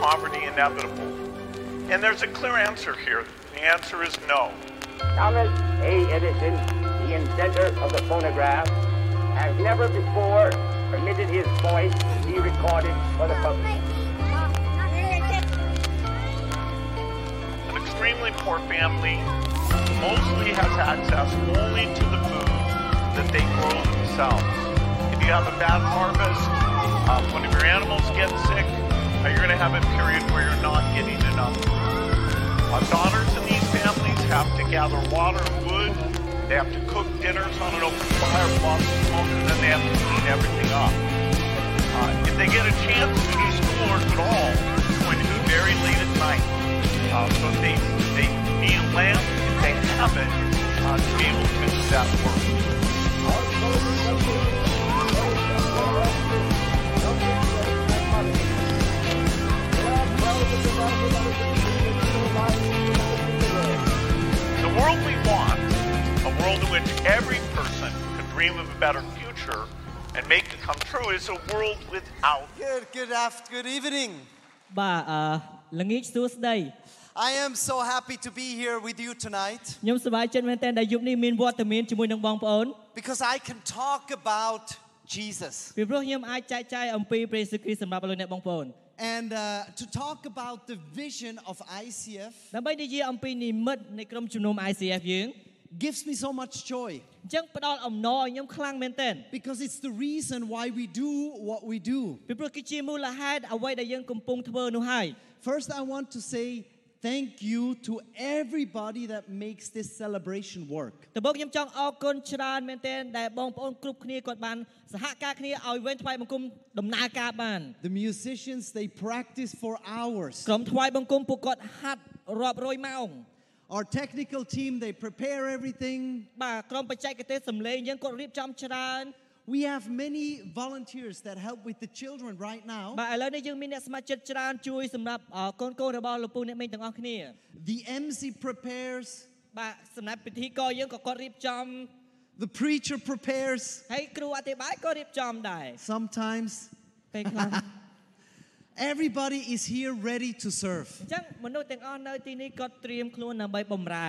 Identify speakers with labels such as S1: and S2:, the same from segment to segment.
S1: poverty inevitable? And there's a clear answer here. The answer is no.
S2: Thomas A. Edison, the inventor of the phonograph, has never before permitted his voice to be recorded for the public.
S1: An extremely poor family mostly has access only to the food that they grow themselves. If you have a bad harvest, uh, one of your animals gets sick, uh, you're going to have a period where you're not getting enough. Uh, daughters in these families have to gather water and wood. They have to cook dinners on an open fire, plus smoke, and then they have to clean everything up. Uh, if they get a chance to do schoolwork at all, it's going to be very late at night. Uh, so they they need a lamp if they have it uh, to be able to do that work. The world we want, a world in which every person could dream of a better future and make it come true, is a world without
S3: Good, good after, good evening.
S4: បាទអឺល្ងាចសួស្តី
S3: I am so happy to be here with you tonight
S4: ខ្ញុំសប្បាយចិត្តមែនទែនដែលយប់នេះមានវត្តមានជាមួយនឹងបងប្អូន
S3: because I can talk about Jesus
S4: ពីព្រោះខ្ញុំអាចចែកចាយអំពីព្រះយេស៊ូវគ្រីស្ទសម្រាប់លោកអ្នកបងប្អូន
S5: and uh, to talk about the vision of ICF
S4: ដើម្បីនិយាយអំពីនិមិត្តនៃក្រុមជំនុំ ICF យើង
S5: gives me so much joy
S4: អញ្ចឹងផ្ដល់អំណរឲ្យខ្ញុំខ្លាំងមែនទែន
S5: because it's the reason why we do what we do.
S4: ពីព្រោះគឺជាមូលហេតុអ្វីដែលយើងកំពុងធ្វើនោះហើយ
S5: First, I want to say thank you to everybody that makes this celebration work.
S4: តើបងខ្ញុំចង់អរគុណច្រើនមែនទែនដែលបងប្អូនគ្រប់គ្នាគាត់បានសហការគ្នាឲ្យវិញថ្វាយបង្គំដំណើរការបាន
S5: The musicians, they practice for hours.
S4: ក្រុមថ្វាយបង្គំពួកគាត់ហាត់រាប់រយម៉ោង
S5: Our technical team, they prepare everything.
S4: បាទក្រុមបច្ចេកទេសសម្លេងយើងគាត់រៀបចំច្រើន
S5: We have many volunteers that help with the children right now.
S4: បាទឥឡូវនេះយើងមានអ្នកស្ម័គ្រចិត្តច្រើនជួយសម្រាប់អ่ากូនកូនរបស់លោកពូអ្នកមីងទាំងអស់គ្នា
S5: The MC prepares,
S4: បាទសម្រាប់ពិធីករយើងក៏គាត់រៀបចំ
S5: the preacher prepares
S4: ហើយគ្រូអធិប្បាយក៏រៀបចំដែរ
S5: sometimes.
S4: ពេលខ្លះ
S5: Everybody is here ready to serve.
S4: អញ្ចឹងមនុស្សទាំងអស់នៅទីនេះគាត់ត្រៀមខ្លួនដើម្បីបម្រើ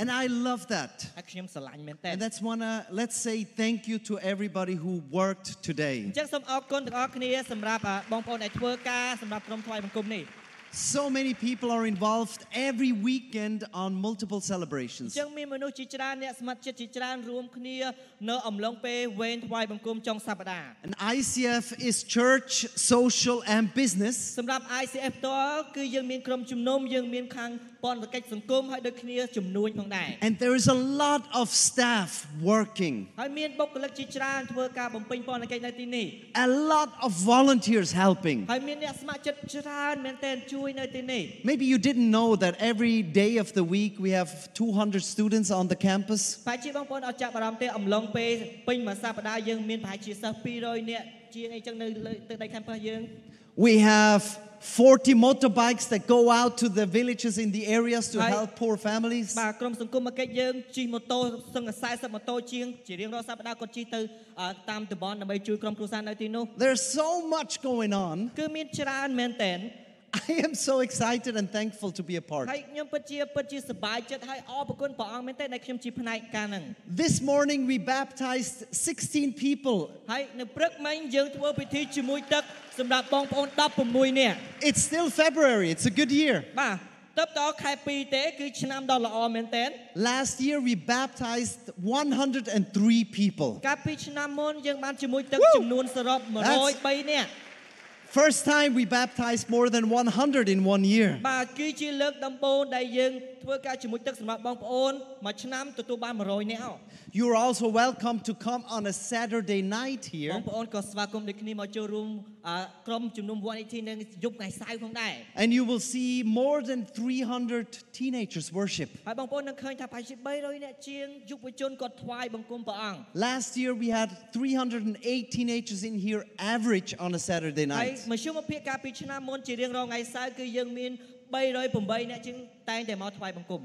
S5: And I love that.
S4: ហើយខ្ញុំស្រឡាញ់មែនតើអ
S5: And that's wanna let's say thank you to everybody who worked today.
S4: ញ្ចឹងសូមអរគុណទាំងអស់គ្នាសម្រាប់អ่าបងប្អូនដែលធ្វើការសម្រាប់ក្រុមថ្វាយបង្គំនេះ
S5: So many people are involved every weekend on multiple
S4: អ
S5: celebrations.
S4: ញ្ចឹងមានមនុស្សជាច្រើនអ្នកស្ម័គ្រចិត្តជាច្រើនរួមគ្នានៅអំឡុងពេលវេនថ្វាយបង្គំចុងសប្តាហ៍
S5: And ICF is church, social, and business.
S4: សម្រាប់ ICF ផ្ទាល់គឺយើងមានក្រុមជំនុំយើងមានខាងពន្ធកិច្ចសង្គមហើយដូចគ្នាជំនួញផងដែរ
S5: And there is a lot of staff working,
S4: ហើយមានបុគ្គលិកជាច្រើនធ្វើការបំពេញពន្ធកិច្ចនៅទីនេះ
S5: a lot of volunteers helping.
S4: ហើយមានអ្នកស្ម័គ្រចិត្តច្រើនមែនទែនជួយនៅទីនេះ
S5: Maybe you didn't know that every day of the week we have 200 students on the campus.
S4: បើជាបងប្អូនអត់ចាប់អារម្មណ៍ទេអំឡុងពេលពេញមួយសប្តាហ៍យើងមានប្រហែលជាសិស្ស200នាក់ជាងអីចឹងនៅលើទឹកដី campus យើង
S5: We have 40 motorbikes that go out to the villages in the areas to
S4: Hi.
S5: help poor families.
S4: បាទក្រុមសង្គមកិច្ចយើងជិះម៉ូតូសឹងតែ40ម៉ូតូជាងជារៀងរាល់សប្តាហ៍គាត់ជិះទៅអ่าតាមតំបន់ដើម្បីជួយក្រុមគ្រួសារនៅទីនោះ
S5: There's so much going on.
S4: គឺមានច្រើនមែនទែន
S5: I am so excited and thankful to be a part.
S4: ហើយខ្ញុំពិតជាពិតជាសប្បាយចិត្តហើយអរគុណព្រះអង្គមែនទេដែលខ្ញុំជាផ្នែកការហ្នឹង
S5: This morning we baptized 16 people.
S4: ហើយនៅព្រឹកមិញយើងធ្វើពិធីជាមួយទឹកសម្រាប់បងប្អូន16នាក់
S5: It's still February, it's a good year.
S4: បាទតើបតអខែ2ទេគឺឆ្នាំដ៏ល្អមែនទេន
S5: Last year we baptized 103 people.
S4: កាលពីឆ្នាំមុនយើងបានជាមួយទឹក
S5: Woo!
S4: ចំនួនសរុប
S5: That's-
S4: 103នាក់
S5: First time we baptized more than 100 in one year.
S4: បាទគឺជាលើកដំបូងដែលយើងធ្វើការជាមួយទឹកសម្រាប់បងប្អូនមួយឆ្នាំទទួលបាន100នាក់
S5: You're also welcome to come on a Saturday night
S4: បង
S5: here
S4: ប្អូនក៏ស្វាគមន៍ដូចគ្នាមកចូលរួមអ่าក្រុមជំនុំវត្តនេះទីនឹងយប់ថ្ងៃសៅរ៍ផងដែរ
S5: and you will see more than 300 teenagers worship.
S4: ហើយបងប្អូននឹងឃើញថាប្រហែលជា300នាក់ជាងយុវជនគាត់ថ្វាយបង្គំព្រះអង្គ
S5: Last year we had 308 teenagers in here average on a Saturday
S4: ហើយ
S5: night.
S4: មជ្ឈមភាគកាលពីឆ្នាំមុនជារៀងរាល់ថ្ងៃសៅរ៍គឺយើងមាន308នាក់ជាងតែងតែមកថ្វាយបង្គំ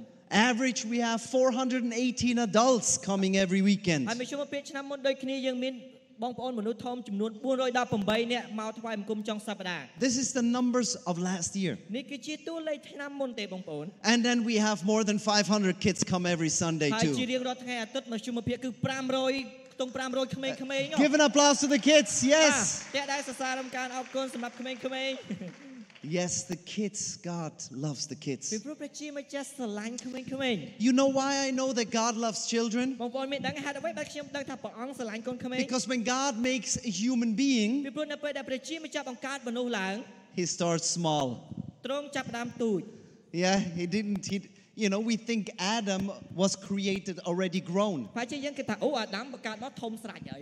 S5: Average we have 418 adults coming every
S4: ហើយម
S5: weekend.
S4: ជ្ឈមភាគឆ្នាំមុនដូចគ្នាយើងមាន បងប្អូនមនុស្សធំចំនួន418នាក់មកថ្វាយបង្គំចុងសប្តាហ៍
S5: This is the numbers of last year.
S4: នេះគឺជាតួលេខឆ្នាំមុនទេបងប្អូន
S5: And then we have more than 500 kids come every Sunday
S4: ហើយជា
S5: too.
S4: រៀងរាល់ថ្ងៃអាទិត្យមជ្ឈមភាគគឺ500ខ្ទង់500ក្មេងៗហ៎
S5: Give an applause to the kids.
S4: ចា
S5: Yes.
S4: អ្នកដែលសរសើររំការអរគុណសម្រាប់ក្មេងៗ
S5: Yes, the kids. God loves the
S4: ពី
S5: kids.
S4: ព្រោះព្រះជាម្ចាស់ស្រឡាញ់ក្មេងៗ
S5: You know why I know that God loves children?
S4: បងប្អូនមានដឹងហេតុអ្វីដែលខ្ញុំដឹងថាព្រះអង្គស្រឡាញ់កូនក្មេង
S5: Because when God makes a human being,
S4: ពីព្រោះនៅពេលដែលព្រះជាម្ចាស់បង្កើតមនុស្សឡើង
S5: he starts small.
S4: ទ្រង់ចាប់ផ្ដើមទូច
S5: Yeah, he didn't. He, you know, we think Adam was created already grown.
S4: បើជាយើងគេថាអូអាដាមបង្កើតមកធំស្រេចហើយ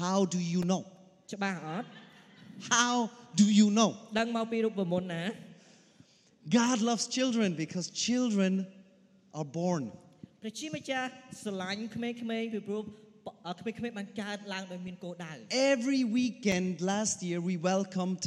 S5: How do you know?
S4: ច្បាស់អត់
S5: How do you know?
S4: ដឹងមកពីរូបមន្តណា
S5: God loves children because children are born.
S4: ព្រះជាម្ចាស់ស្រឡាញ់ក្មេងៗពីព្រោះក្មេងៗបានកើតឡើងដោយមានគោលដៅ
S5: Every weekend last year, we welcomed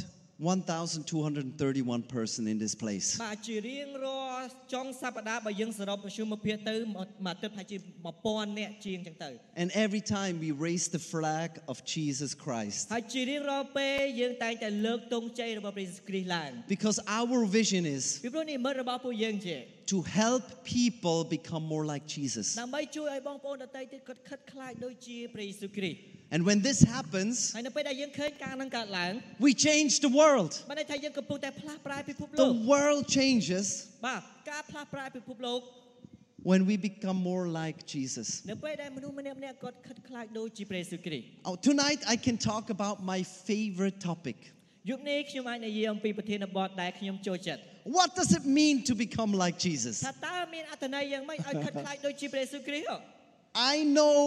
S5: 1,231 person in this place.
S4: បាទជារៀងរាល់ចុងសប្តាហ៍បើយើងសរុបមជ្ឈមភាគទៅមួយអាទិត្យប្រហែលជា1000នាក់ជាងចឹងទៅ
S5: And every time we raise the flag of Jesus Christ.
S4: ហើយជារៀងរាល់ពេលយើងតែងតែលើកទង់ជ័យរបស់ព្រះយេស៊ូវគ្រីស្ទឡើង
S5: Because our vision is
S4: ពីព្រោះនិមិត្តរបស់ពួកយើងជា
S5: to help people become more like Jesus.
S4: ដើម្បីជួយឲ្យបងប្អូនដទៃទៀតគាត់ខិតខ្លាចដូចជាព្រះយេស៊ូវគ្រីស្ទ
S5: And when this happens,
S4: ហើយនៅពេលដែលយើងឃើញការនឹងកើតឡើង
S5: we change the world.
S4: បានន័យថាយើងកំពុងតែផ្លាស់ប្រែពិភពលោក
S5: The world changes
S4: បាទការផ្លាស់ប្រែពិភពលោក
S5: when we become more like Jesus.
S4: នៅពេលដែលមនុស្សម្នាក់ម្នាក់គាត់ខិតខ្លាចដូចជាព្រះយេស៊ូវគ្រីស្ទ
S5: Oh, tonight, I can talk about my favorite topic.
S4: យប់នេះខ្ញុំអាចនិយាយអំពីប្រធានបទដែលខ្ញុំចូលចិត្ត
S5: What does it mean to become like Jesus?
S4: ថាតើមានអត្ថន័យយ៉ាងម៉េចឲ្យខិតខ្លាចដូចជាព្រះយេស៊ូវគ្រីស្ទហ៎
S5: I know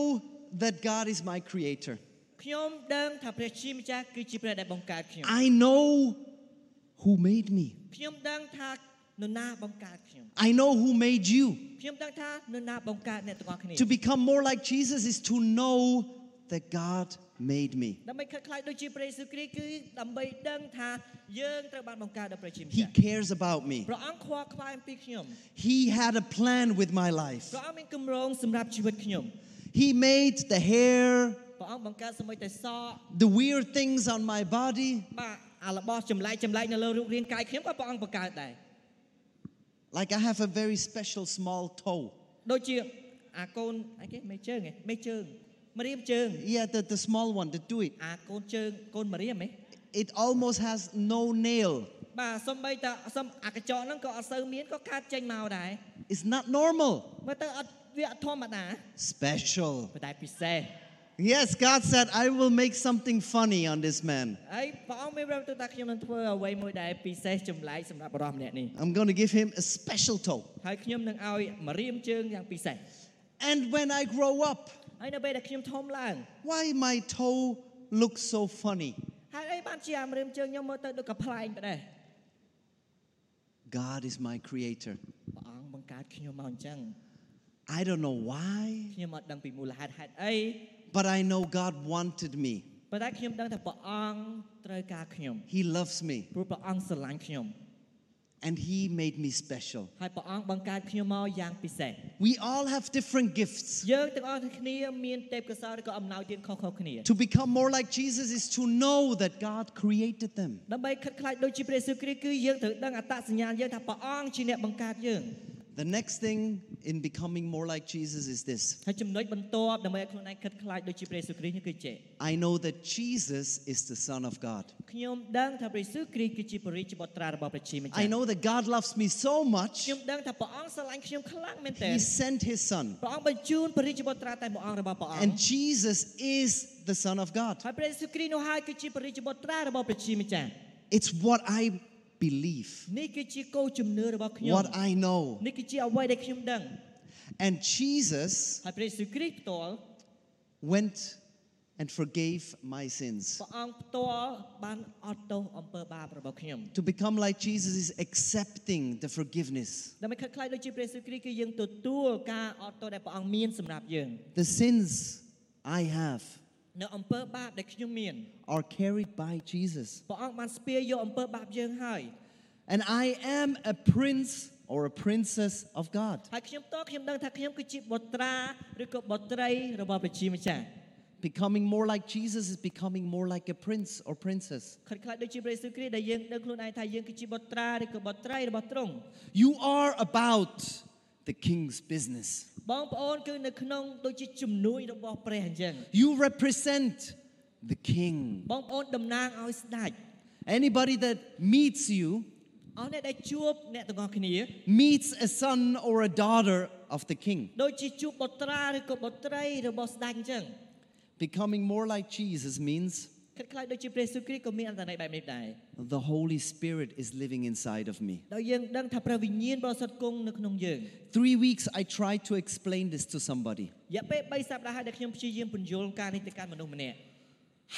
S5: that God is my creator.
S4: ខ្ញុំដឹងថាព្រះជាម្ចាស់គឺជាព្រះដែលបង្កើតខ្ញុំ
S5: I know who made me.
S4: ខ្ញុំដឹងថានរណាបង្កើតខ្ញុំ
S5: I know who made you.
S4: ខ្ញុំដឹងថានរណាបង្កើតអ្នកទាំងអស់គ្នា
S5: To become more like Jesus is to know that God made me.
S4: ដើម្បីខិតខ្លាចដូចជាព្រះយេស៊ូវគ្រីស្ទគឺដើម្បីដឹងថាយើងត្រូវបានបង្កើតដោយព្រះជា
S5: He
S4: ម្ចាស់
S5: cares about me.
S4: ព្រះអង្គខ្វល់ខ្វាយអំពីខ្ញុំ
S5: He had a plan with my life.
S4: ព្រះអង្គមានគម្រោងសម្រាប់ជីវិតខ្ញុំ
S5: He made the hair,
S4: ព្រះអង្គបង្កើតសមុយតែសក់
S5: the weird things on my body,
S4: បាទអារបស់ចម្លែកចម្លែកនៅលើរូបរាងកាយខ្ញុំក៏ព្រះអង្គបង្កើតដែរ
S5: Like I have a very special small toe.
S4: ដូចជាអាកូនអីគេមេជើងឯងមេជើងម្រាមជើង
S5: Yeah, the, the small one, the do it.
S4: អាកូនជើងកូនម្រាមឯង
S5: It almost has no nail.
S4: បាទសំបីតាសំអាកញ្ចក់ហ្នឹងក៏អត់សូវមានក៏កើតចេញមកដែរ
S5: It's not normal.
S4: មើលទៅអត់វាអត់ធម្មតា
S5: Special.
S4: ប៉ុន្តែពិសេស
S5: Yes, God said, I will make something funny on this man.
S4: ហើយព្រះអង្គមានប្រាប់ទៅថាខ្ញុំនឹងធ្វើអ្វីមួយដែលពិសេសចម្លែកសម្រាប់បរិសម្នាក់នេះ
S5: I'm going to give him a special toe.
S4: ហើយខ្ញុំនឹងឲ្យម្រាមជើងយ៉ាងពិសេស
S5: And when I grow up,
S4: ហើយនៅពេលដែលខ្ញុំធំឡើង
S5: why my toe looks so funny?
S4: ហើយអីបានជាអាម្រាមជើងខ្ញុំមើលទៅដូចកផ្លែងបែរ
S5: God is my creator.
S4: ព្រះអង្គបង្កើតខ្ញុំមកអញ្ចឹង
S5: I don't know why,
S4: ខ្ញុំអត់ដឹងពីមូលហេតុហេតុអី
S5: but I know God wanted me.
S4: ប៉ុន្តែខ្ញុំដឹងថាព្រះអង្គត្រូវការខ្ញុំ
S5: He loves me
S4: ព្រោះព្រះអង្គស្រឡាញ់ខ្ញុំ
S5: and he made me special.
S4: ហើយព្រះអង្គបង្កើតខ្ញុំមកយ៉ាងពិសេស
S5: We all have different gifts.
S4: យើងទាំងអស់គ្នាមានទេពកោសល្យឬក៏អំណោយទានខុសៗគ្នា
S5: To become more like Jesus is to know that God created them.
S4: ដើម្បីខិតខ្លាចដូចជាព្រះយេស៊ូវគ្រីស្ទគឺយើងត្រូវដឹងអត្តសញ្ញាណយើងថាព្រះអង្គជាអ្នកបង្កើតយើង
S5: The next thing in becoming more like Jesus is this
S4: ហើយចំណុចបន្ទាប់ដើម្បីឲ្យខ្លួនឯងខិតខ្លាចដូចជាព្រះយេស៊ូវគ្រីស្ទនេះគឺជា
S5: I know that Jesus is the Son of God.
S4: ខ្ញុំដឹងថាព្រះយេស៊ូវគ្រីស្ទគឺជាព្រះរាជបុត្រារបស់ព្រះជាម្ចាស់
S5: I
S4: ខ្ញុំ
S5: know that God loves me so much,
S4: ដឹងថាព្រះអង្គស្រឡាញ់ខ្ញុំខ្លាំងមែនទែន
S5: He sent His Son.
S4: ព្រះអង្គបញ្ជូនព្រះរាជបុត្រាតែមួយអង្គរបស់ព្រះអង្គ
S5: And Jesus is the Son of God.
S4: ហើយព្រះយេស៊ូវគ្រីស្ទនោះហើយគឺជាព្រះរាជបុត្រារបស់ព្រះជាម្ចាស់
S5: It's what I believe,
S4: នេះគឺជាគោលជំនឿរបស់ខ្ញុំ
S5: what I know.
S4: នេះគឺជាអ្វីដែលខ្ញុំដឹង
S5: And Jesus
S4: ហើយព្រះយេស៊ូវគ្រីស្ទផ្ទាល់
S5: went and forgave my sins.
S4: ព្រះអង្គផ្ទាល់បានអត់ទោសអំពើបាបរបស់ខ្ញុំ
S5: To become like Jesus is accepting the forgiveness,
S4: ដើម្បីខិតខ្លាចដូចជាព្រះយេស៊ូវគ្រីស្ទគឺយើងទទួលការអត់ទោសដែលព្រះអង្គមានសម្រាប់យើង
S5: the sins I have.
S4: នៅអំពើបាបដែលខ្ញុំមាន
S5: are carried by Jesus.
S4: ព្រះអង្គបានស្ពារយកអំពើបាបយើងហើយ
S5: And I am a prince or a princess of God.
S4: ហើយខ្ញុំផ្ទាល់ខ្ញុំដឹងថាខ្ញុំគឺជាបុត្រាឬក៏បុត្រីរបស់ព្រះជាម្ចាស់
S5: Becoming more like Jesus is becoming more like a prince or princess.
S4: ខិតខ្លាចដូចជាព្រះយេស៊ូវគ្រីស្ទដែលយើងដឹងខ្លួនឯងថាយើងគឺជាបុត្រាឬក៏បុត្រីរបស់ទ្រង់
S5: You are about the king's business.
S4: បងប្អូនគឺនៅក្នុងដូចជាជំនួយរបស់ព្រះអញ្ចឹង
S5: You represent the king.
S4: បងប្អូនតំណាងឲ្យស្ដេច
S5: Anybody that meets you
S4: អស់អ្នកដែលជួបអ្នកទាំងអស់គ្នា
S5: meets a son or a daughter of the king.
S4: ដូចជាជួបបុត្រាឬក៏បុត្រីរបស់ស្ដេចអញ្ចឹង
S5: Becoming more like Jesus means
S4: គិតខ្លាចដូចជាព្រះយេស៊ូវគ្រីស្ទក៏មានអត្ថន័យបែបនេះដែរ
S5: the Holy Spirit is living inside of me.
S4: ដោយយើងដឹងថាព្រះវិញ្ញាណបរិសុទ្ធគង់នៅក្នុងយើង
S5: Three weeks I tried to explain this to somebody.
S4: រយៈពេល3សប្តាហ៍ហើយដែលខ្ញុំព្យាយាមពន្យល់ការនេះទៅកាន់មនុស្សម្នាក់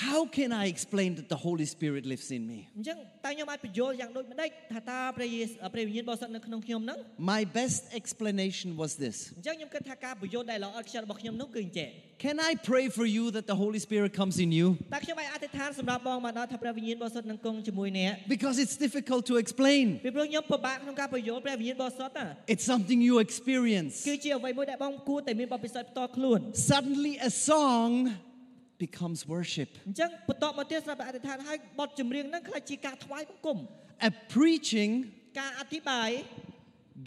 S5: How can I explain that the Holy Spirit lives in me?
S4: អញ្ចឹងតើខ្ញុំអាចបញ្យល់យ៉ាងដូចម្ដេចថាតើព្រះយេស៊ូវព្រះវិញ្ញាណបរិសុទ្ធនៅក្នុងខ្ញុំហ្នឹង
S5: My best explanation was this
S4: អញ្ចឹងខ្ញុំគិតថាការបញ្យល់ដែលល្អឥតខ្ចោះរបស់ខ្ញុំនោះគឺអញ្ចឹង
S5: Can I pray for you that the Holy Spirit comes in you?
S4: តើខ្ញុំអាចអធិដ្ឋានសម្រាប់បងមកដល់ថាព្រះវិញ្ញាណបរិសុទ្ធនឹងគង់ជាមួយអ្នក
S5: Because it's difficult to explain.
S4: ពីព្រោះខ្ញុំពិបាកក្នុងការបញ្យល់ព្រះវិញ្ញាណបរិសុទ្ធណា
S5: It's something you experience.
S4: គឺជាអ្វីមួយដែលបងគួរតែមានបទពិសោធន៍ផ្ទាល់ខ្លួន
S5: Suddenly, a song becomes worship,
S4: អញ្ចឹងបន្តមកទៀតសម្រាប់អធិដ្ឋានឲ្យបទចម្រៀងហ្នឹងខ្លះជាការថ្វាយបង្គំ
S5: a preaching
S4: ការអធិប្បាយ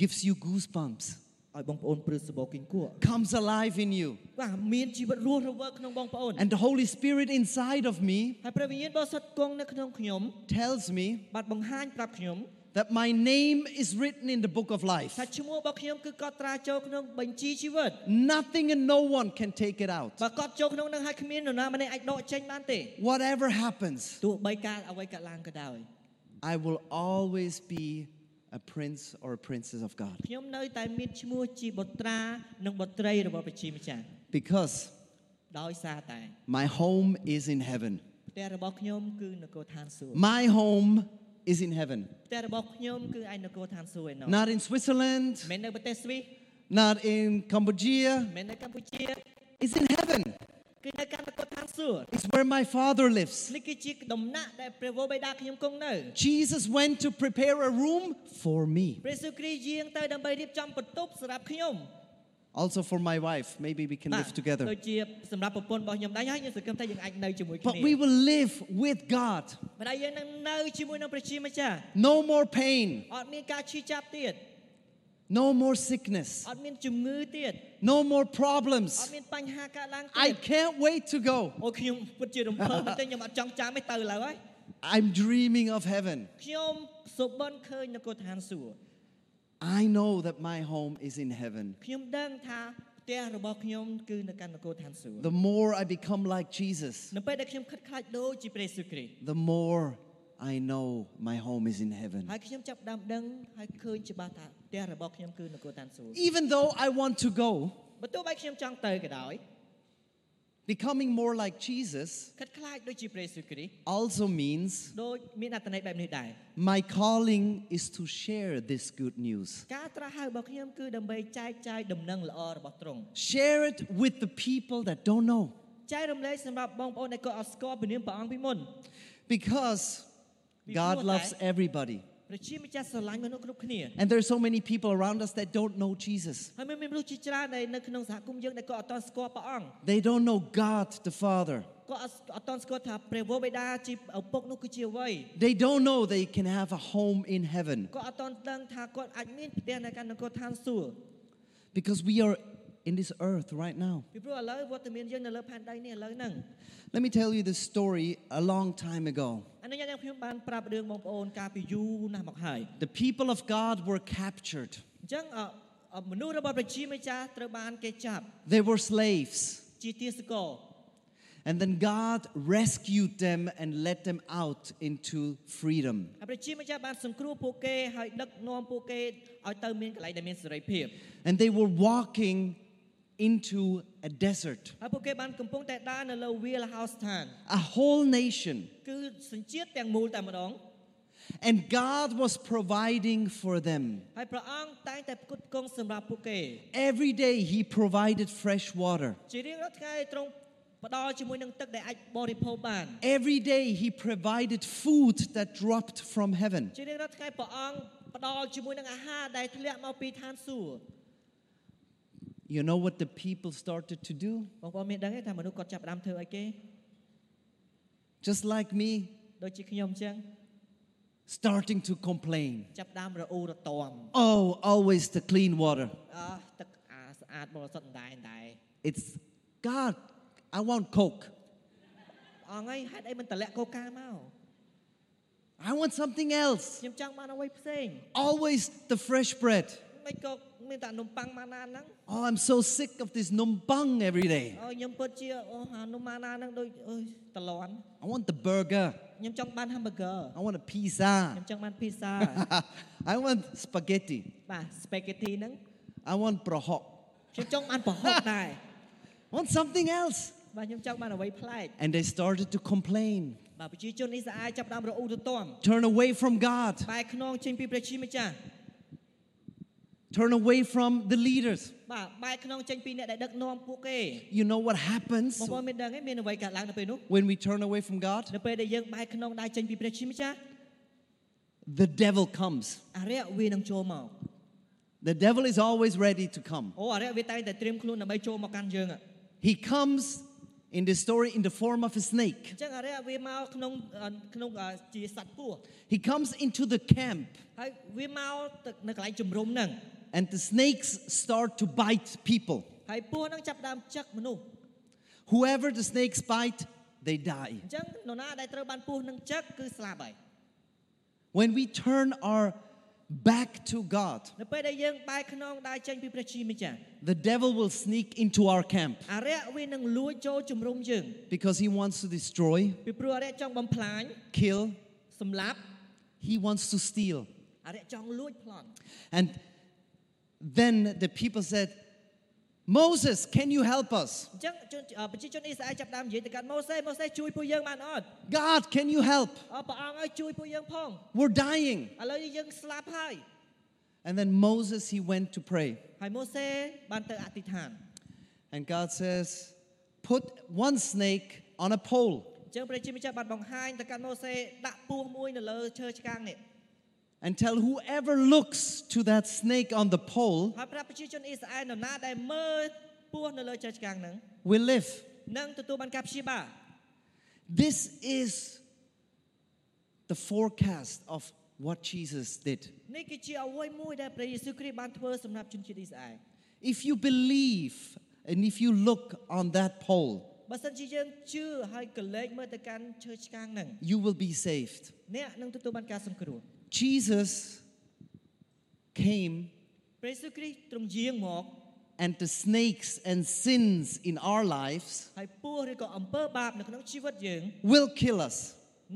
S5: gives you goosebumps,
S4: ឲ្យបងប្អូនព្រឹសសបោគិញគួរ
S5: comes alive in you.
S4: បាទមានជីវិតរស់រវើកក្នុងបងប្អូន
S5: And the Holy Spirit inside of me
S4: ហើយព្រះវិញ្ញាណបរិសុទ្ធគង់នៅក្នុងខ្ញុំ
S5: tells me
S4: បាទបង្ហាញប្រាប់ខ្ញុំ
S5: that my name is written in the book of life.
S4: ថាឈ្មោះរបស់ខ្ញុំគឺកត់ត្រាចូលក្នុងបញ្ជីជីវិត
S5: Nothing and no one can take it out.
S4: បើកត់ចូលក្នុងនឹងហើយគ្មាននរណាម្នាក់អាចដកចេញបានទេ
S5: Whatever happens,
S4: ទោះបីការអ្វីកើតឡើងក៏ដោយ
S5: I will always be a prince or a princess of God
S4: ខ្ញុំនៅតែមានឈ្មោះជាបុត្រានិងបុត្រីរបស់ព្រះជាម្ចាស់
S5: because
S4: ដោយសារតែ
S5: my home is in heaven.
S4: ផ្ទះរបស់ខ្ញុំគឺនគរឋានសួគ៌
S5: My home is in heaven,
S4: ផ្ទះរបស់ខ្ញុំគឺឯនគរឋានសួគ៌ឯណោះ
S5: not in Switzerland,
S4: មិននៅប្រទេសស្វីស
S5: not in Cambodia.
S4: មិននៅកម្ពុជា
S5: It's in heaven.
S4: គឺនៅកាន់នគរឋានសួគ៌
S5: It's where my Father lives.
S4: នេះគឺជាដំណាក់ដែលព្រះវរបិតាខ្ញុំគង់នៅ
S5: Jesus went to prepare a room for me,
S4: ព្រះយេស៊ូវគ្រីស្ទយាងទៅដើម្បីរៀបចំបន្ទប់សម្រាប់ខ្ញុំ
S5: also for my wife. Maybe we can
S4: បាទ
S5: live together.
S4: ដូចជាសម្រាប់ប្រពន្ធរបស់ខ្ញុំដែរហើយខ្ញុំសង្ឃឹមថាយើងអាចនៅជាមួយគ្នា
S5: But we will live with God.
S4: បណ្ដាយើងនឹងនៅជាមួយនឹងព្រះជាម្ចាស់
S5: No more pain,
S4: អត់មានការឈឺចាប់ទៀត
S5: no more sickness,
S4: អត់មានជំងឺទៀត
S5: no more
S4: អត់
S5: problems.
S4: មានបញ្ហាកើតឡើងទៀត
S5: I can't wait to go.
S4: អូខ្ញុំពិតជារំភើបមែនទេខ្ញុំអត់ចង់ចាំទេទៅឥឡូវហើយ
S5: I'm dreaming of heaven.
S4: ខ្ញុំសុបិនឃើញនគរឋានសួគ៌
S5: I know that my home is in heaven.
S4: ខ្ញុំដឹងថាផ្ទះរបស់ខ្ញុំគឺនៅកាន់នគរឋានសួគ៌
S5: The more I become like Jesus,
S4: នៅពេលដែលខ្ញុំខិតខ្លាចដូចជាព្រះយេស៊ូវគ្រីស្ទ
S5: the more I know my home is in heaven.
S4: ហើយខ្ញុំចាប់ផ្ដើមដឹងហើយឃើញច្បាស់ថាផ្ទះរបស់ខ្ញុំគឺនគរឋានសួគ៌
S5: Even though I want to go,
S4: បើទោះបីខ្ញុំចង់ទៅក៏ដោយ
S5: becoming more like Jesus
S4: ខិតខ្លាចដូចជាព្រះយេស៊ូវគ្រីស្ទ
S5: also means
S4: ដូចមានអត្តន័យបែបនេះដែរ
S5: my calling is to share this good news.
S4: ការត្រាស់ហៅរបស់ខ្ញុំគឺដើម្បីចែកចាយដំណឹងល្អរបស់ទ្រង់
S5: Share it with the people that don't know.
S4: ចែករំលែកសម្រាប់បងប្អូនដែលគាត់អត់ស្គាល់ពីនាមព្រះអង្គពីមុន
S5: Because
S4: Before
S5: God
S4: that-
S5: loves everybody.
S4: ព្រះជាម្ចាស់ស្រឡាញ់មនុស្សគ្រប់គ្នា
S5: And there are so many people around us that don't know Jesus.
S4: ហើយមានមនុស្សជាច្រើនដែលនៅក្នុងសហគមន៍យើងដែលគាត់អត់តន់ស្គាល់ព្រះអង្គ
S5: They don't know God the Father.
S4: គាត់អត់ស្អត់តន់ស្គាល់ថាព្រះវរបិតាជាឪពុកនោះគឺជាអ្វី
S5: They don't know they can have a home in heaven
S4: គាត់អត់តន់ដឹងថាគាត់អាចមានផ្ទះនៅកាន់នគរឋានសួគ៌
S5: because we are in this earth right now.
S4: ពីព្រោះឥឡូវវត្តមានយើងនៅលើផែនដីនេះឥឡូវហ្នឹង
S5: Let me tell you this story a long time ago.
S4: អនុញ្ញាតឲ្យខ្ញុំបានប្រាប់រឿងបងប្អូនកាលពីយូរណាស់មកហើយ
S5: The people of God were captured,
S4: អញ្ចឹងអអមនុស្សរបស់ប្រជាម្ចាស់ត្រូវបានគេចាប់
S5: they were slaves.
S4: ជាទាសករ
S5: And then God rescued them and led them out into freedom.
S4: ហើយប្រជាម្ចាស់បានសង្គ្រោះពួកគេហើយដឹកនាំពួកគេឲ្យទៅមានកន្លែងដែលមានសេរីភាព
S5: And they were walking into a desert.
S4: ហើយពួកគេបានកំពុងតែដើរនៅលើវាលហោស្ថាន
S5: A whole nation.
S4: គឺសញ្ជាតិទាំងមូលតែម្ដង
S5: And God was providing for them.
S4: ហើយព្រះអង្គតែងតែផ្គត់ផ្គង់សម្រាប់ពួកគេ
S5: Every day He provided fresh water.
S4: ជារៀងរាល់ថ្ងៃទ្រង់ផ្ដល់ជាមួយនឹងទឹកដែលអាចបរិភោគបាន
S5: Every day He provided food that dropped from heaven.
S4: ជារៀងរាល់ថ្ងៃព្រះអង្គផ្ដល់ជាមួយនឹងអាហារដែលធ្លាក់មកពីឋានសួគ៌
S5: You know what the people started to do?
S4: បងប្អូនមានដឹងទេថាមនុស្សគាត់ចាប់ផ្ដើមធ្វើអីគេ
S5: Just like me,
S4: ដូចជាខ្ញុំអញ្ចឹង
S5: starting to complain.
S4: ចាប់ផ្ដើមរអ៊ូរទាំ
S5: Oh, always the clean water.
S4: អោះទឹកអាស្អាតបរិសុទ្ធអណ្ដែតអណ្ដែត
S5: It's God, I want Coke.
S4: អងហើយហេតុអីមិនតម្លាក់កូកាមក
S5: I want something else.
S4: ខ្ញុំចង់បានអ្វីផ្សេង
S5: Always the fresh bread.
S4: មិនក៏មានតែនំប៉័ងម៉ាណាហ្នឹង
S5: Oh, I'm so sick of this numbang every day.
S4: អូខ្ញុំពិតជាអូអានំម៉ាណាហ្នឹងដូចអើយតលន់
S5: I want the burger.
S4: ខ្ញុំចង់បាន hamburger
S5: I want a
S4: ខ្ញុំ
S5: pizza.
S4: ចង់បាន pizza
S5: I want spaghetti.
S4: បាទ spaghetti ហ្នឹង
S5: I want prohok.
S4: ខ្ញុំចង់បានប្រហុកដែរ
S5: I want something else.
S4: បាទខ្ញុំចង់បានអ្វីប្លែក
S5: And they started to complain,
S4: បាទប្រជាជននេះស្អាយចាប់ផ្ដើមរអ៊ូទទាំ
S5: turn away from God,
S4: បែកខ្នងចេញពីព្រះជាម្ចាស់
S5: turn away from the leaders.
S4: បាទបែកខ្នងចេញពីអ្នកដែលដឹកនាំពួកគេ
S5: You know what happens
S4: បងប្អូនមានដឹងទេមានអ្វីកើតឡើងនៅពេលនោះ
S5: when we turn away from God?
S4: នៅពេលដែលយើងបែកខ្នងដែរចេញពីព្រះជាម្ចាស់
S5: The devil comes.
S4: អរិយវានឹងចូលមក
S5: The devil is always ready to come.
S4: អូអរិយវាតែងតែត្រៀមខ្លួនដើម្បីចូលមកកាន់យើងអ
S5: He comes in the story in the form of a snake.
S4: ញ្ចឹងអរិយវាមកក្នុងអឺក្នុងអឺជាសត្វពស់
S5: He comes into the camp,
S4: ហើយវាមកទៅនៅកន្លែងជំរំហ្នឹង
S5: and the snakes start to bite people.
S4: ហើយពស់ហ្នឹងចាប់ផ្ដើមចឹកមនុស្ស
S5: Whoever the snakes bite, they die.
S4: អញ្ចឹងនរណាដែលត្រូវបានពស់នឹងចឹកគឺស្លាប់ហើយ
S5: When we turn our back to God,
S4: នៅពេលដែលយើងបែកខ្នងដើរចេញពីព្រះជាម្ចាស់
S5: the devil will sneak into our camp
S4: អរិយវានឹងលួចចូលជំរំយើង
S5: because he wants to destroy,
S4: ពីព្រោះអរិយចង់បំផ្លាញ
S5: kill,
S4: សម្លាប់
S5: he wants to steal.
S4: អរិយចង់លួចប្លន់
S5: And then the people said, Moses, can you help us?
S4: អញ្ចឹងជនអឺប្រជាជនអ៊ីស្រាអែលចាប់ផ្ដើមនិយាយទៅកាន់ម៉ូសេម៉ូសេជួយពួកយើងបានអត់
S5: God, can you help?
S4: អើព្រះអង្គឲ្យជួយពួកយើងផងឥ
S5: We're dying.
S4: ឡូវនេះយើងស្លាប់ហើយ
S5: And then Moses, he went to pray.
S4: ហើយម៉ូសេបានទៅអធិដ្ឋាន
S5: And God says, Put one snake on a pole.
S4: អញ្ចឹងព្រះជាម្ចាស់បានបង្ហាញទៅកាន់ម៉ូសេដាក់ពស់មួយនៅលើឈើឆ្កាងនេះ
S5: And tell whoever looks to that snake on the pole
S4: ហើយប្រាប់ប្រជាជនអ៊ីស្រាអែលនរណាដែលមើលពស់នៅលើចើឆ្កាងហ្នឹង
S5: will live.
S4: នឹងទទួលបានការព្យាបាល
S5: This is the forecast of what Jesus did.
S4: នេះគឺជាអ្វីមួយដែលព្រះយេស៊ូវគ្រីស្ទបានធ្វើសម្រាប់ជនជាតិអ៊ីស្រាអែល
S5: If you believe and if you look on that pole,
S4: បើសិនជាយើងជឿហើយកលែកមើលទៅកាន់ឈើឆ្កាងហ្នឹង
S5: you will be saved.
S4: អ្នកនឹងទទួលបានការសង្គ្រោះ
S5: Jesus came
S4: ព្រះយេស៊ូវគ្រីស្ទទ្រង់យាងមក
S5: and the snakes and sins in our lives
S4: ហើយពស់ឬក៏អំពើបាបនៅក្នុងជីវិតយើង
S5: will kill us.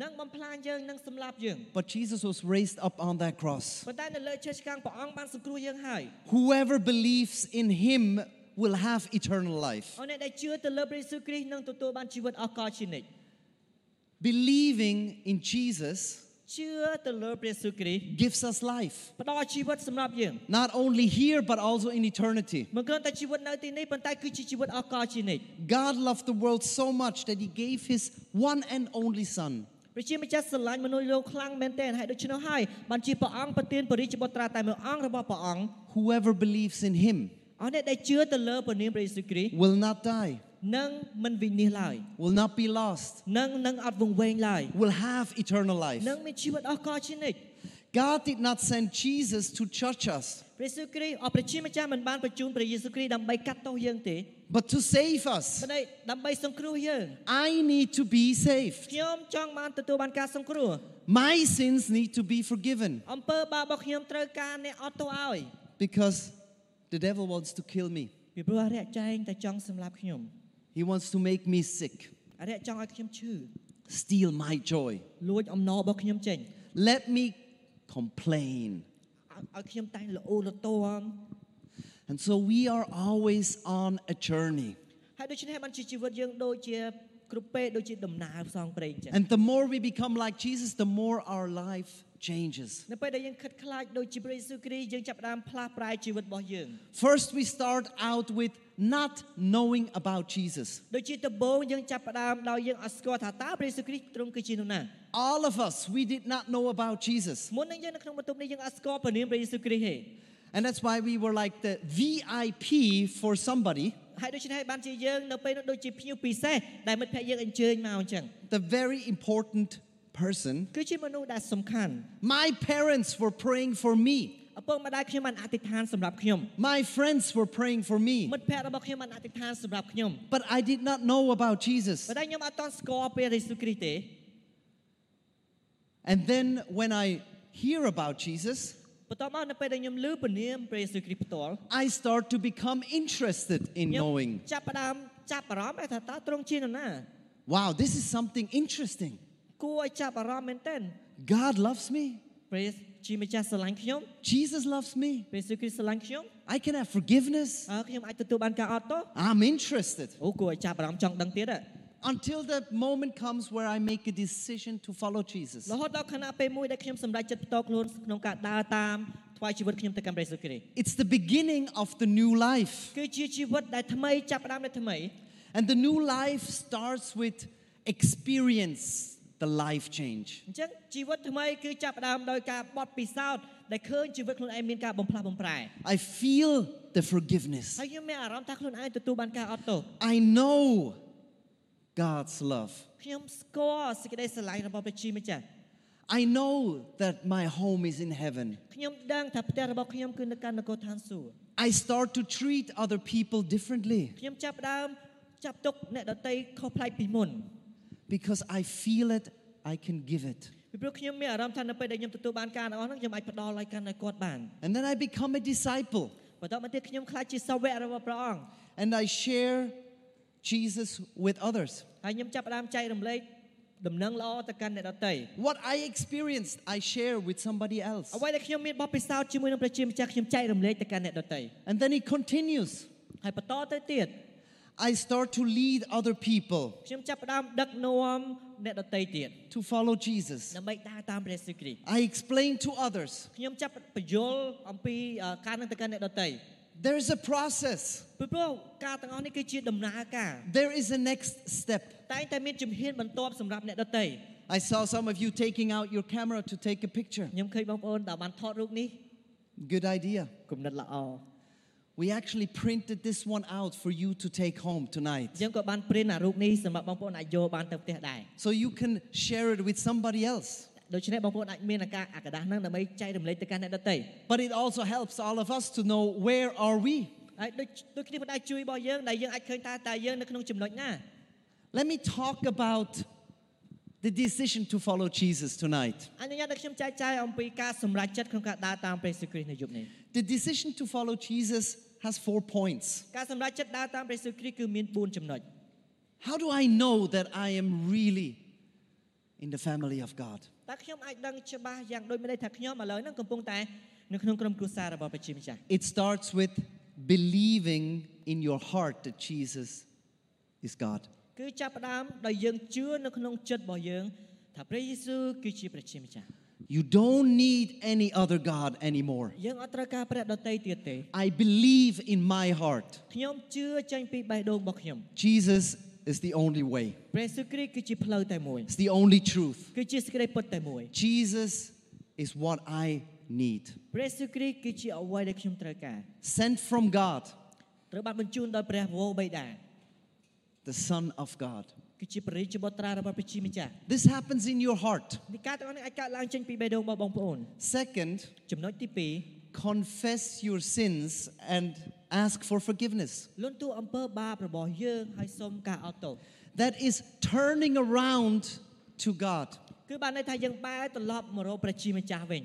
S4: នឹងបំផ្លាញយើងនឹងសម្លាប់យើង
S5: But Jesus was raised up on that cross.
S4: ប៉ុន្តែនៅលើឈើឆ្កាងព្រះអង្គបានសង្គ្រោះយើងហើយ
S5: Whoever believes in him will have eternal life.
S4: អរអ្នកដែលជឿទៅលើព្រះយេស៊ូវគ្រីស្ទនឹងទទួលបានជីវិតអស់កលជានិច្ច
S5: Believing in Jesus
S4: ជឿទៅលើព្រះយេស៊ូវគ្រីស្ទ
S5: gives us life,
S4: ផ្ដល់ជីវិតសម្រាប់យើង
S5: not only here, but also in eternity.
S4: មិនគ្រាន់តែជីវិតនៅទីនេះប៉ុន្តែគឺជាជីវិតអស់កលជានិច្ច
S5: God loved the world so much that he gave his one and only Son,
S4: ព្រះជាម្ចាស់ស្រឡាញ់មនុស្សលោកខ្លាំងមែនទែនហើយដូច្នោះហើយបានជាព្រះអង្គប្រទានពរិជ្ជបុត្រាតែមួយអង្គរបស់ព្រះអង្គ
S5: whoever believes in him
S4: អស់អ្នកដែលជឿទៅលើព្រះនាមព្រះយេស៊ូវគ្រីស្ទ
S5: will not die,
S4: នឹងមិនវិនិច្ឆ័យឡើយ
S5: will not be lost,
S4: នឹងនឹងអត់វង្វេងឡើយ
S5: will have eternal life.
S4: នឹងមានជីវិតអស់កលជានិច្ច
S5: God did not send Jesus to judge us,
S4: ព្រះយេស៊ូវគ្រីស្ទអស់ព្រះជាម្ចាស់មិនបានបញ្ជូនព្រះយេស៊ូវគ្រីស្ទដើម្បីកាត់ទោសយើងទេ
S5: but to save us.
S4: ប៉ុន្តែដើម្បីសង្គ្រោះយើង
S5: I need to be saved.
S4: ខ្ញុំចង់បានទទួលបានការសង្គ្រោះ
S5: My sins need to be forgiven
S4: អំពើបាបរបស់ខ្ញុំត្រូវការអ្នកអត់ទោសឲ្យ
S5: because the devil wants to kill me.
S4: ពីព្រោះអរិយចែងតែចង់សម្លាប់ខ្ញុំ
S5: He wants to make me sick,
S4: អរិយចង់ឲ្យខ្ញុំឈឺ
S5: steal my joy.
S4: លួចអំណររបស់ខ្ញុំចេញ
S5: Let me complain.
S4: ឲ្យខ្ញុំតែងល្អលតម
S5: And so we are always on a journey.
S4: ហើយដូច្នេះហើយបានជាជីវិតយើងដូចជាគ្រប់ពេលដូចជាដំណើរផ្សងព្រេងចឹង
S5: And the more we become like Jesus, the more our life changes.
S4: នៅពេលដែលយើងខិតខ្លាចដូចជាព្រះយេស៊ូវគ្រីស្ទយើងចាប់ផ្ដើមផ្លាស់ប្រែជីវិតរបស់យើង
S5: First, we start out with not knowing about Jesus.
S4: ដូចជាដំបូងយើងចាប់ផ្ដើមដោយយើងអត់ស្គាល់ថាតើព្រះយេស៊ូវគ្រីស្ទទ្រង់គឺជានរណា
S5: All of us, we did not know about Jesus.
S4: មុននឹងយើងនៅក្នុងបន្ទប់នេះយើងអត់ស្គាល់ព្រះនាមព្រះយេស៊ូវគ្រីស្ទទេ
S5: And that's why we were like the VIP for somebody,
S4: ហើយដូច្នេះហើយបានជាយើងនៅពេលនោះដូចជាភ្ញៀវពិសេសដែលមិត្តភក្តិយើងអញ្ជើញមកអញ្ចឹង
S5: the very important person.
S4: គឺជាមនុស្សដែលសំខាន់
S5: My parents were praying for me.
S4: ឪពុកម្ដាយខ្ញុំបានអធិដ្ឋានសម្រាប់ខ្ញុំ
S5: My friends were praying for me.
S4: មិត្តភក្តិរបស់ខ្ញុំបានអធិដ្ឋានសម្រាប់ខ្ញុំ
S5: But I did not know about Jesus.
S4: ប៉ុន្តែខ្ញុំអត់ទាន់ស្គាល់ព្រះយេស៊ូវគ្រីស្ទទេ
S5: And then when I hear about Jesus,
S4: បន្ទាប់មកនៅពេលដែលខ្ញុំឮពនាមព្រះយេស៊ូវគ្រីស្ទផ្ទាល់
S5: I start to become interested in
S4: ខ្ញុំ
S5: knowing.
S4: ចាប់ផ្ដើមចាប់អារម្មណ៍ថាតើទ្រង់ជានរណា
S5: Wow, this is something interesting.
S4: គួរឲ្យចាប់អារម្មណ៍មែនទែន
S5: God loves me.
S4: ព្រះជាម្ចាស់ស្រឡាញ់ខ្ញុំ
S5: Jesus loves me.
S4: ព្រះយេស៊ូវគ្រីស្ទស្រឡាញ់ខ្ញុំ
S5: I can have forgiveness.
S4: អើខ្ញុំអាចទទួលបានការអត់ទោស
S5: I'm interested.
S4: អូគួរឲ្យចាប់អារម្មណ៍ចង់ដឹងទៀតហ៎
S5: Until the moment comes where I make a decision to follow Jesus.
S4: រហូតដល់ខណៈពេលមួយដែលខ្ញុំសម្រេចចិត្តផ្ទាល់ខ្លួនក្នុងការដើរតាមថ្វាយជីវិតខ្ញុំទៅកាន់ព្រះយេស៊ូវគ្រីស្ទ
S5: It's the beginning of the new life.
S4: គឺជាជីវិតដែលថ្មីចាប់ផ្ដើមនៅថ្មី
S5: And the new life starts with experience the life change.
S4: អញ្ចឹងជីវិតថ្មីគឺចាប់ផ្ដើមដោយការបត់ពិសោធន៍ដែលឃើញជីវិតខ្លួនឯងមានការបំផ្លាស់បំប្រែ
S5: I feel the forgiveness.
S4: ហើយខ្ញុំមានអារម្មណ៍ថាខ្លួនឯងទទួលបានការអត់ទោស
S5: I know God's love.
S4: ខ្ញុំស្គាល់សេចក្តីស្រឡាញ់របស់ព្រះជាម្ចាស់
S5: I know that my home is in heaven.
S4: ខ្ញុំដឹងថាផ្ទះរបស់ខ្ញុំគឺនៅកាន់នគរឋានសួគ៌
S5: I start to treat other people differently
S4: ខ្ញុំចាប់ផ្ដើមចាប់ទុកអ្នកដតីខុសប្លែកពីមុន
S5: because I feel it, I can give it.
S4: ពីព្រោះខ្ញុំមានអារម្មណ៍ថានៅពេលដែលខ្ញុំទទួលបានការរបស់ហ្នឹងខ្ញុំអាចផ្ដល់ឲ្យកាន់តែគាត់បាន
S5: And then I become a disciple
S4: បន្តមកទៀតខ្ញុំខ្លាចជាសាវករបស់ព្រះអង្គ
S5: and I share Jesus with others.
S4: ហើយខ្ញុំចាប់ផ្ដើមចែករំលែកដំណឹងល្អទៅកាន់អ្នកដតី
S5: What I experienced, I share with somebody else.
S4: អ្វីដែលខ្ញុំមានបទពិសោធន៍ជាមួយនឹងព្រះជាម្ចាស់ខ្ញុំចែករំលែកទៅកាន់អ្នកដតី
S5: And then it continues.
S4: ហើយបន្តទៅទៀត
S5: I start to lead other people
S4: ខ្ញុំចាប់ផ្ដើមដឹកនាំអ្នកដតីទៀត
S5: to follow Jesus.
S4: ដើម្បីដើរតាមព្រះយេស៊ូវគ្រីស្ទ
S5: I explain to others
S4: ខ្ញុំចាប់បញ្យល់អំពីអឺការនឹងទៅកាន់អ្នកដតី
S5: there is a process,
S4: ពីព្រោះការទាំងអស់នេះគឺជាដំណើរការ
S5: there is a next step.
S4: តែងតែមានជំហានបន្ទាប់សម្រាប់អ្នកដតី
S5: I saw some of you taking out your camera to take a picture.
S4: ខ្ញុំឃើញបងប្អូនដែលបានថតរូបនេះ
S5: Good idea.
S4: គំនិតល្អ
S5: We actually printed this one out for you to take home tonight
S4: យើងក៏បានព្រិនអារូបនេះសម្រាប់បងប្អូនអាចយកបានទៅផ្ទះដែរ
S5: so you can share it with somebody else.
S4: ដូច្នេះបងប្អូនអាចមានឱកាសអាកដាសហ្នឹងដើម្បីចែករំលែកទៅកាន់អ្នកដទៃ
S5: But it also helps all of us to know where are we.
S4: ហើយដូចដូចគ្នាបណ្ដាជួយរបស់យើងដែលយើងអាចឃើញថាតើយើងនៅក្នុងចំណុចណា
S5: Let me talk about the decision to follow Jesus tonight.
S4: អនុញ្ញាតឲ្យខ្ញុំចែកចាយអំពីការសម្រេចចិត្តក្នុងការដើរតាមព្រះយេស៊ូវគ្រីស្ទនៅយប់នេះ
S5: The decision to follow Jesus has four points.
S4: ការសម្រេចចិត្តដើរតាមព្រះយេស៊ូវគ្រីស្ទគឺមាន4ចំណុច
S5: How do I know that I am really in the family of God?
S4: តើខ្ញុំអាចដឹងច្បាស់យ៉ាងដូចមានន័យថាខ្ញុំឥឡូវហ្នឹងកំពុងតែនៅក្នុងក្រុមគ្រួសាររបស់ព្រះជាម្ចាស់
S5: It starts with believing in your heart that Jesus is God.
S4: គឺចាប់ផ្ដើមដោយយើងជឿនៅក្នុងចិត្តរបស់យើងថាព្រះយេស៊ូវគឺជាព្រះជាម្ចាស់
S5: You don't need any other God anymore.
S4: យើងអត់ត្រូវការព្រះដតីទៀតទេ
S5: I believe in my heart.
S4: ខ្ញុំជឿចេញពីបេះដូងរបស់ខ្ញុំ
S5: Jesus is the only way,
S4: ព្រះយេស៊ូវគ្រីស្ទគឺជាផ្លូវតែមួយ
S5: it's the only truth.
S4: គឺជាសេចក្តីពិតតែមួយ
S5: Jesus is what I need.
S4: ព្រះយេស៊ូវគ្រីស្ទគឺជាអ្វីដែលខ្ញុំត្រូវការ
S5: Sent from God,
S4: ត្រូវបានបញ្ជូនដោយព្រះវរបិតា
S5: the Son of God.
S4: គឺជាព្រះរាជបុត្រារបស់ព្រះជាម្ចាស់
S5: This happens in your heart.
S4: នេះការទាំងអស់នេះអាចកើតឡើងចេញពីបេះដូងរបស់បងប្អូន
S5: Second,
S4: ចំណុចទី2
S5: confess your sins and ask for forgiveness.
S4: លន់តួអំពើបាបរបស់យើងហើយសូមការអត់ទោស
S5: That is turning around to God.
S4: គឺបានន័យថាយើងបែរត្រឡប់មករកព្រះជាម្ចាស់វិញ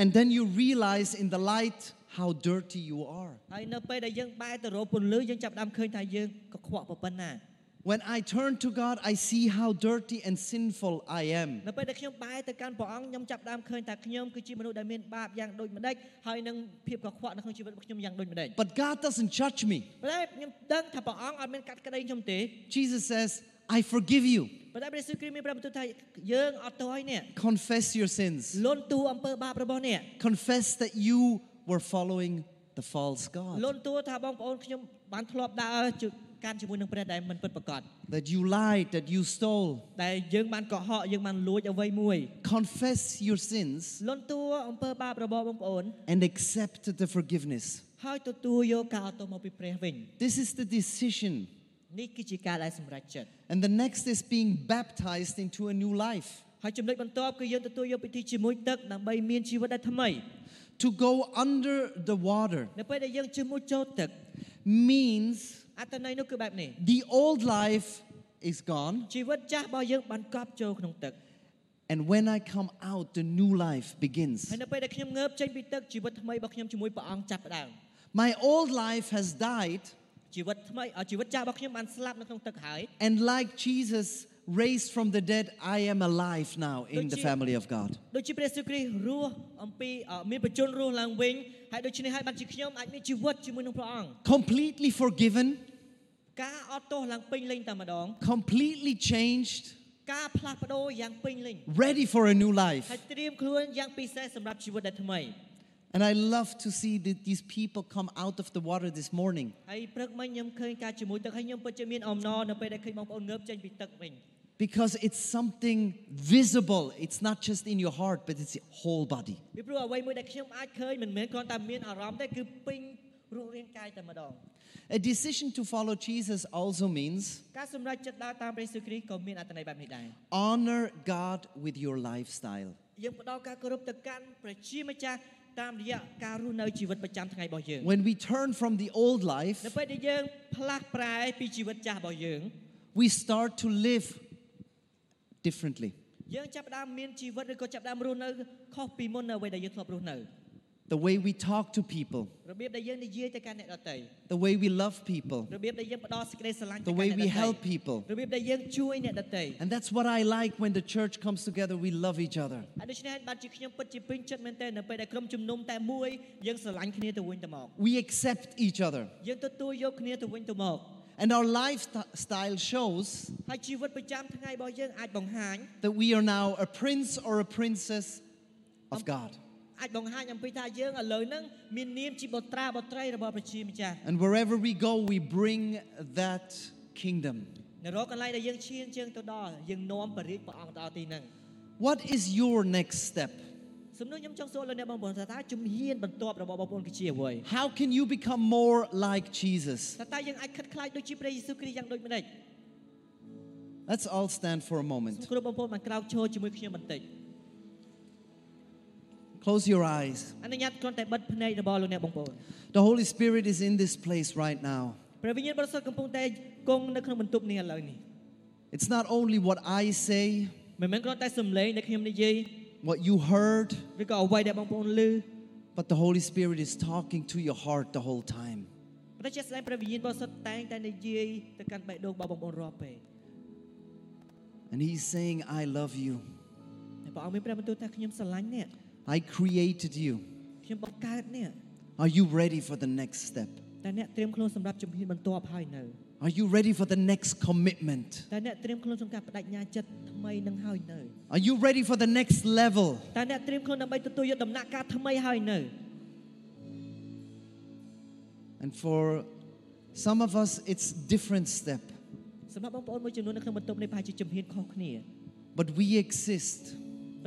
S5: And then you realize in the light how dirty you are.
S4: ហើយនៅពេលដែលយើងបែរទៅរកពន្លឺយើងចាប់ផ្ដើមឃើញថាយើងកខ្វក់ប៉ុណ្ណា
S5: When I turn to God, I see how dirty and sinful I am.
S4: នៅពេលដែលខ្ញុំបែរទៅកាន់ព្រះអង្គខ្ញុំចាប់ផ្ដើមឃើញថាខ្ញុំគឺជាមនុស្សដែលមានបាបយ៉ាងដូចម្ដេចហើយនឹងភាពកខ្វក់នៅក្នុងជីវិតរបស់ខ្ញុំយ៉ាងដូចម្ដេច
S5: But God doesn't judge me.
S4: ប៉ុន្តែខ្ញុំដឹងថាព្រះអង្គអត់មានកាត់ក្តីខ្ញុំទេ
S5: Jesus says, I forgive you.
S4: ប៉ុន្តែព្រះយេស៊ូវគ្រីស្ទមានប្រាប់បន្ទូលថាយើងអត់ទោសឲ្យអ្នក
S5: Confess your sins.
S4: លន់តួអំពើបាបរបស់អ្នក
S5: Confess that you were following the false
S4: ល
S5: God.
S4: ន់តួថាបងប្អូនខ្ញុំបានធ្លាប់ដើរ កាន់ជាមួយនឹងព្រះដែលមិនពិតប្រាកដ
S5: that you lied, that you stole.
S4: ដែលយើងបានកុហកយើងបានលួចអ្វីមួយ
S5: Confess your sins
S4: លន់តួអំពើបាបរបស់បងប្អូន
S5: and accept the forgiveness.
S4: ហើយទទួលយកការអត់ទោសមកពីព្រះវិញ
S5: This is the decision.
S4: នេះគឺជាការដែលសម្រេចចិត្ត
S5: And the next is being baptized into a new life.
S4: ហើយចំណុចបន្ទាប់គឺយើងទទួលយកពិធីជាមួយទឹកដើម្បីមានជីវិតដែលថ្មី
S5: To go under the water
S4: នៅពេលដែលយើងជាមួយចូលទឹក
S5: means
S4: អត្ថន័យនោះគឺបែបនេះ
S5: the old life is gone,
S4: ជីវិតចាស់របស់យើងបានកប់ចូលក្នុងទឹក
S5: and when I come out, the new life
S4: ហើ
S5: begins.
S4: យនៅពេលដែលខ្ញុំងើបចេញពីទឹកជីវិតថ្មីរបស់ខ្ញុំជាមួយព្រះអង្គចាប់ផ្ដើម
S5: My old life has died,
S4: ជីវិតថ្មីអ่าជីវិតចាស់របស់ខ្ញុំបានស្លាប់នៅក្នុងទឹកហើយ
S5: and like Jesus raised from the dead, I am alive now in the
S4: Don't you-
S5: family of God.
S4: ដូចជាព្រះយេស៊ូវគ្រីស្ទរស់អំពីអ่าមានបញ្ជនរស់ឡើងវិញហើយដូច្នេះហើយបានជាខ្ញុំអាចមានជីវិតជាមួយនឹងព្រះអង្គ
S5: Completely forgiven,
S4: ការអត់ទោសឡើងពេញលេញតែម្ដង
S5: completely changed,
S4: ការផ្លាស់ប្ដូរយ៉ាងពេញលេញ
S5: ready for a new
S4: ហើ
S5: life.
S4: យត្រៀមខ្លួនយ៉ាងពិសេសសម្រាប់ជីវិតដែលថ្មី
S5: And I love to see that these people come out of the water this morning.
S4: ហើយព្រឹកមិញខ្ញុំឃើញការជាមួយទឹកហើយខ្ញុំពិតជាមានអំណរនៅពេលដែលឃើញបងប្អូនងើបចេញពីទឹកវិញ
S5: Because it's something visible. It's not just in your heart, but it's your whole body.
S4: ពីព្រោះអ្វីមួយដែលខ្ញុំអាចឃើញមិនមែនគ្រាន់តែមានអារម្មណ៍ទេគឺពេញរូបរាងកាយតែម្ដង
S5: A decision to follow Jesus also means
S4: ការសម្រេចចិត្តដើរតាមព្រះយេស៊ូវគ្រីស្ទក៏មានអត្ថន័យបែបនេះដែរ
S5: honor God with your lifestyle.
S4: យើងផ្ដល់ការគោរពទៅកាន់ព្រះជាម្ចាស់តាមរយៈការរស់នៅជីវិតប្រចាំថ្ងៃរបស់យើង
S5: When we turn from the old
S4: នៅ
S5: life,
S4: ពេលដែលយើងផ្លាស់ប្រែពីជីវិតចាស់របស់យើង
S5: we start to live differently.
S4: យើងចាប់ផ្ដើមមានជីវិតឬក៏ចាប់ផ្ដើមរស់នៅខុសពីមុននៅអ្វីដែលយើងធ្លាប់រស់នៅ
S5: The way we talk to people,
S4: របៀបដែលយើងនិយាយទៅកាន់អ្នកដទៃ
S5: the way we love people.
S4: របៀបដែលយើងផ្ដល់សេចក្តីស្រឡាញ់ទៅ
S5: The
S4: កាន់
S5: way
S4: អ្នកដ
S5: we
S4: ទៃ
S5: help people.
S4: របៀបដែលយើងជួយអ្នកដទៃ
S5: And that's what I like when the church comes together, we love each other.
S4: ហើយដូច្នេះហើយបាទជាខ្ញុំពិតជាពេញចិត្តមែនទែននៅពេលដែលក្រុមជំនុំតែមួយយើងស្រឡាញ់គ្នាទៅវិញទៅមក
S5: We accept each other.
S4: យើងទទួលយកគ្នាទៅវិញទៅមក
S5: And our lifestyle shows
S4: ហើយជីវិតប្រចាំថ្ងៃរបស់យើងអាចបង្ហាញ
S5: that we are now a prince or a princess of God.
S4: អាចបង្ហាញអំពីថាយើងឥឡូវហ្នឹងមាននាមជាបុត្រាបុត្រីរបស់ព្រះជាម្ចាស់
S5: And wherever we go, we bring that kingdom.
S4: នៅរកកន្លែងដែលយើងឈានជើងទៅដល់យើងនាំព្រះរាជព្រះអង្គទៅដល់ទីហ្នឹង
S5: What is your next step?
S4: សំណួរខ្ញុំចង់សួរលោកអ្នកបងប្អូនថាតើជំហានបន្ទាប់របស់បងប្អូនគឺជាអ្វី
S5: How can you become more like Jesus?
S4: ថាតើយើងអាចខិតខ្លាចដូចជាព្រះយេស៊ូវគ្រីស្ទយ៉ាងដូចម្តេច
S5: Let's all stand for a
S4: សូម
S5: moment.
S4: គ្រូបងប្អូនបានក្រោកឈរជាមួយខ្ញុំបន្តិច
S5: Close your eyes.
S4: អនុញ្ញាតគ្រាន់តែបិទភ្នែករបស់លោកអ្នកបងប្អូន
S5: The Holy Spirit is in this place right now.
S4: ព្រះវិញ្ញាណបរិសុទ្ធកំពុងតែគង់នៅក្នុងបន្ទប់នេះឥឡូវនេះ
S5: It's not only what I say,
S4: មិនមែនគ្រាន់តែសំឡេងដែលខ្ញុំនិយាយ
S5: what you heard,
S4: ឬក៏អ្វីដែលបងប្អូនឮ
S5: but the Holy Spirit is talking to your heart the whole time.
S4: ព្រះជាស្ដេចព្រះវិញ្ញាណបរិសុទ្ធតែងតែនិយាយទៅកាន់បេះដូងរបស់បងប្អូនរាល់ពេល
S5: And He's saying, I love you.
S4: ហើយព្រះអង្គមានព្រះបន្ទូលថាខ្ញុំស្រឡាញ់អ្នក
S5: I created you.
S4: ខ្ញុំបង្កើតអ្នក
S5: Are you ready for the next step?
S4: តែអ្នកត្រៀមខ្លួនសម្រាប់ជំហានបន្ទាប់ហើយនៅ
S5: Are you ready for the next commitment?
S4: តែអ្នកត្រៀមខ្លួនក្នុងការបដិញ្ញាចិត្តថ្មីនឹងហើយនៅ
S5: Are you ready for the next level?
S4: តែអ្នកត្រៀមខ្លួនដើម្បីទទួលយកដំណាក់កាលថ្មីហើយនៅ
S5: And for some of us, it's different step.
S4: សម្រាប់បងប្អូនមួយចំនួននៅក្នុងបន្ទប់នេះប្រហែលជាជំហានខុសគ្នា
S5: But we exist.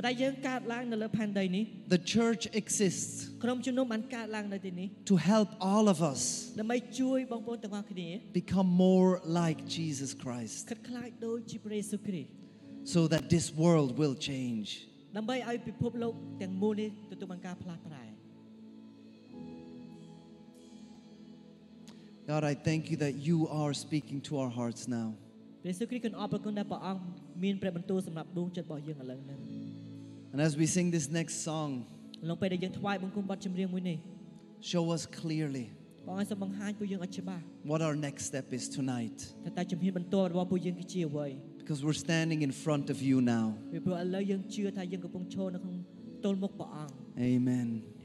S4: ប៉ុន្តែយើងកើតឡើងនៅលើផែនដីនេះ
S5: The church exists
S4: ក្រុមជំនុំបានកើតឡើងនៅទីនេះ
S5: to help all of us
S4: ដើម្បីជួយបងប្អូនទាំងអស់គ្នា
S5: become more like Jesus Christ
S4: ខិតខ្លាចដូចជាព្រះយេស៊ូវគ្រីស្ទ
S5: so that this world will change.
S4: ដើម្បីឲ្យពិភពលោកទាំងមូលនេះទទួលបានការផ្លាស់ប្រែ
S5: God, I thank you that you are speaking to our hearts now.
S4: ព្រះយេស៊ូវគ្រីស្ទគន់អរប្រគុណដែលព្រះអង្គមានព្រះបន្ទូលសម្រាប់ដួងចិត្តរបស់យើងឥឡូវហ្នឹង
S5: And as we sing this next song,
S4: ក្នុងពេលដែលយើងថ្វាយបង្គំបទចម្រៀងមួយនេះ
S5: show us clearly
S4: ព្រះអង្គឲ្យសូមបង្ហាញពួកយើងឲ្យច្បាស់
S5: what our next step is tonight.
S4: ថាតើជំហានបន្ទាប់របស់ពួកយើងគឺជាអ្វី
S5: Because we're standing in front of you now.
S4: ពីព្រោះឥឡូវយើងជឿថាយើងកំពុងឈរនៅក្នុងទល់មុខព្រះអង្គ
S5: Amen.